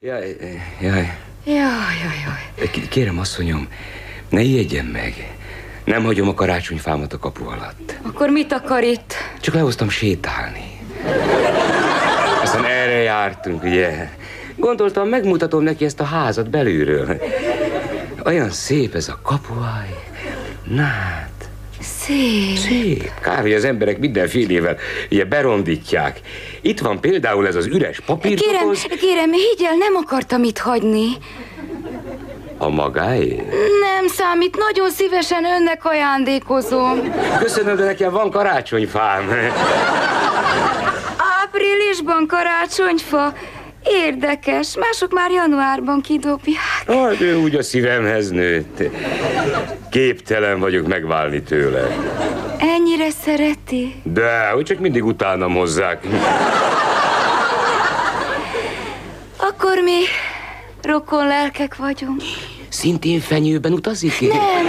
Jaj, jaj. Jaj, jaj, jaj. K- Kérem, asszonyom, ne ijedjen meg. Nem hagyom a karácsonyfámat a kapu alatt. Akkor mit akar itt? Csak lehoztam sétálni. Aztán erre jártunk, ugye? Gondoltam, megmutatom neki ezt a házat belülről. Olyan szép ez a kapuáj. Na, hát, Szép. szép. Kár, hogy az emberek mindenfélével ugye berondítják. Itt van például ez az üres Kérem, papírdoboz. kérem, higgy el, nem akartam itt hagyni. A magáé? Nem számít, nagyon szívesen önnek ajándékozom. Köszönöm, de nekem van karácsonyfám. Áprilisban karácsonyfa. Érdekes, mások már januárban kidobják. Hát ő úgy a szívemhez nőtt. Képtelen vagyok megválni tőle. Ennyire szereti. De, hogy csak mindig utánam hozzák. Akkor mi rokon lelkek vagyunk. Szintén fenyőben utazik? Nem,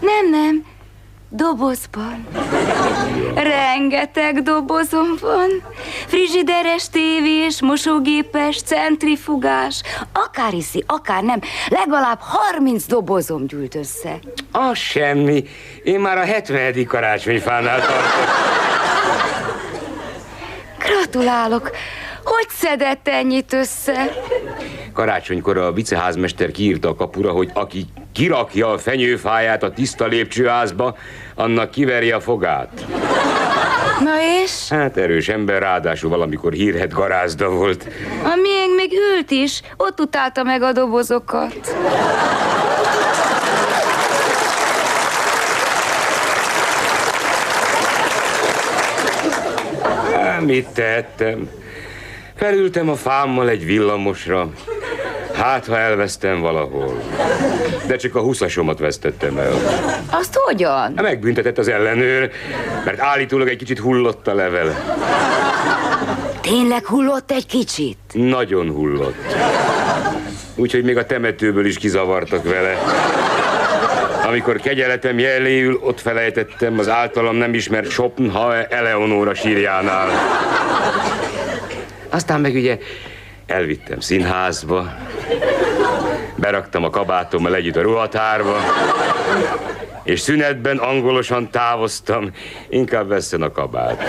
nem, nem. Dobozban. Rengeteg dobozom van. Frizsideres, tévés, mosógépes, centrifugás. Akár hiszi, akár nem. Legalább 30 dobozom gyűlt össze. Az semmi. Én már a 70. karácsonyfánál tartok. Gratulálok! Hogy szedett ennyit össze? Karácsonykor a viceházmester kiírta a kapura, hogy aki kirakja a fenyőfáját a tiszta lépcsőházba, annak kiveri a fogát. Na és? Hát erős ember, ráadásul valamikor hírhet garázda volt. A miénk még ült is, ott utálta meg a dobozokat. Á, Mit tettem? Felültem a fámmal egy villamosra. Hát, ha elvesztem valahol. De csak a huszasomat vesztettem el. Azt hogyan? Megbüntetett az ellenőr, mert állítólag egy kicsit hullott a level. Tényleg hullott egy kicsit? Nagyon hullott. Úgyhogy még a temetőből is kizavartak vele. Amikor kegyeletem jeléül, ott felejtettem az általam nem ismert Schopenhauer Eleonóra sírjánál. Aztán meg ugye elvittem színházba, beraktam a kabátommal együtt a ruhatárba, és szünetben angolosan távoztam, inkább vesszen a kabát.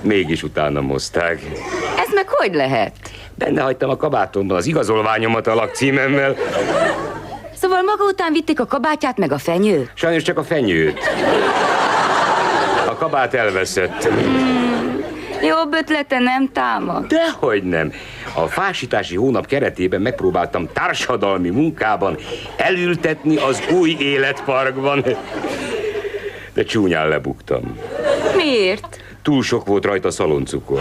Mégis utána hozták. Ez meg hogy lehet? Benne hagytam a kabátomban az igazolványomat a lakcímemmel, Szóval maga után vitték a kabátját meg a fenyő? sajnos csak a fenyőt. A kabát elveszett. Jobb ötlete nem támad. Dehogy nem. A fásítási hónap keretében megpróbáltam társadalmi munkában elültetni az új életparkban. De csúnyán lebuktam. Miért? Túl sok volt rajta szaloncukor.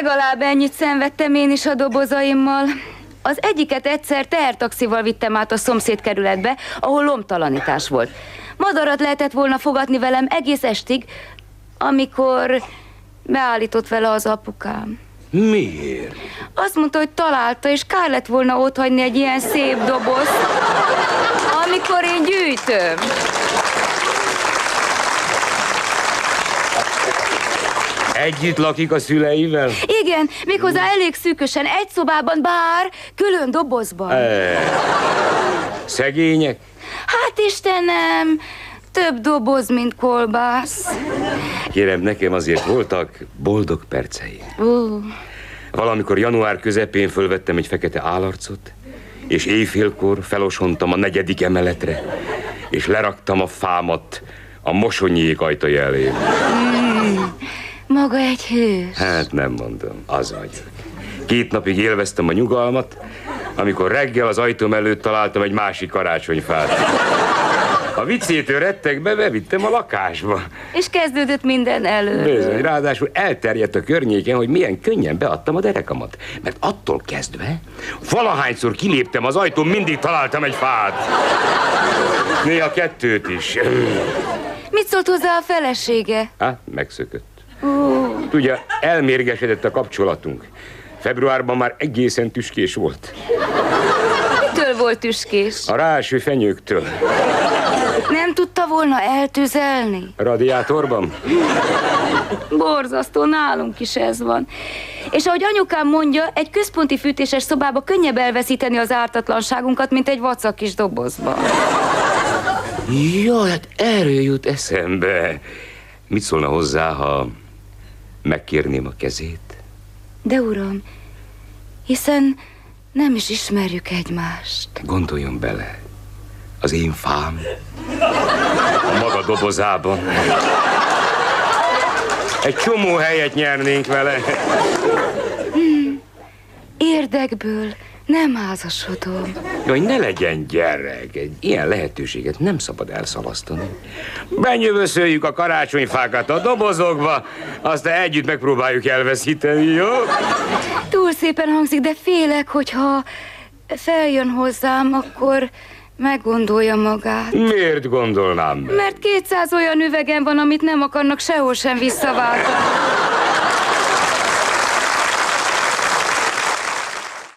Legalább ennyit szenvedtem én is a dobozaimmal. Az egyiket egyszer tehertaxival vittem át a szomszéd kerületbe, ahol lomtalanítás volt. Madarat lehetett volna fogadni velem egész estig, amikor beállított vele az apukám. Miért? Azt mondta, hogy találta, és kár lett volna ott hagyni egy ilyen szép doboz, amikor én gyűjtöm. Együtt lakik a szüleivel? Igen, méghozzá elég szűkösen, egy szobában, bár külön dobozban. E. Szegények? Hát Istenem, több doboz, mint kolbász. Kérem, nekem azért voltak boldog perceim. Ú, Valamikor január közepén fölvettem egy fekete állarcot, és éjfélkor felosontam a negyedik emeletre, és leraktam a fámat a mosonyék ajtaja elé. maga egy hős. Hát nem mondom, az vagyok. Két napig élveztem a nyugalmat, amikor reggel az ajtóm előtt találtam egy másik karácsonyfát. A viccétől rettegve bevittem a lakásba. És kezdődött minden elő. Bizony, ráadásul elterjedt a környéken, hogy milyen könnyen beadtam a derekamat. Mert attól kezdve, valahányszor kiléptem az ajtón, mindig találtam egy fát. Néha kettőt is. Mit szólt hozzá a felesége? Hát, megszökött. Tudja, elmérgesedett a kapcsolatunk. Februárban már egészen tüskés volt. Mitől volt tüskés? A ráeső fenyőktől. Nem tudta tudta volna eltüzelni? Radiátorban? Borzasztó, nálunk is ez van. És ahogy anyukám mondja, egy központi fűtéses szobába könnyebb elveszíteni az ártatlanságunkat, mint egy vacak kis dobozba. Jaj, hát erről jut eszembe. Mit szólna hozzá, ha megkérném a kezét? De uram, hiszen nem is ismerjük egymást. Gondoljon bele. Az én fám. A maga dobozában. Egy csomó helyet nyernénk vele. Érdekből nem házasodom. Jaj, ne legyen gyerek, egy ilyen lehetőséget nem szabad elszalasztani. Benyövöszöljük a karácsonyfákat a dobozokba, aztán együtt megpróbáljuk elveszíteni, jó? Túl szépen hangzik, de félek, hogyha feljön hozzám, akkor meggondolja magát. Miért gondolnám? Mert 200 olyan üvegem van, amit nem akarnak sehol sem visszaváltani.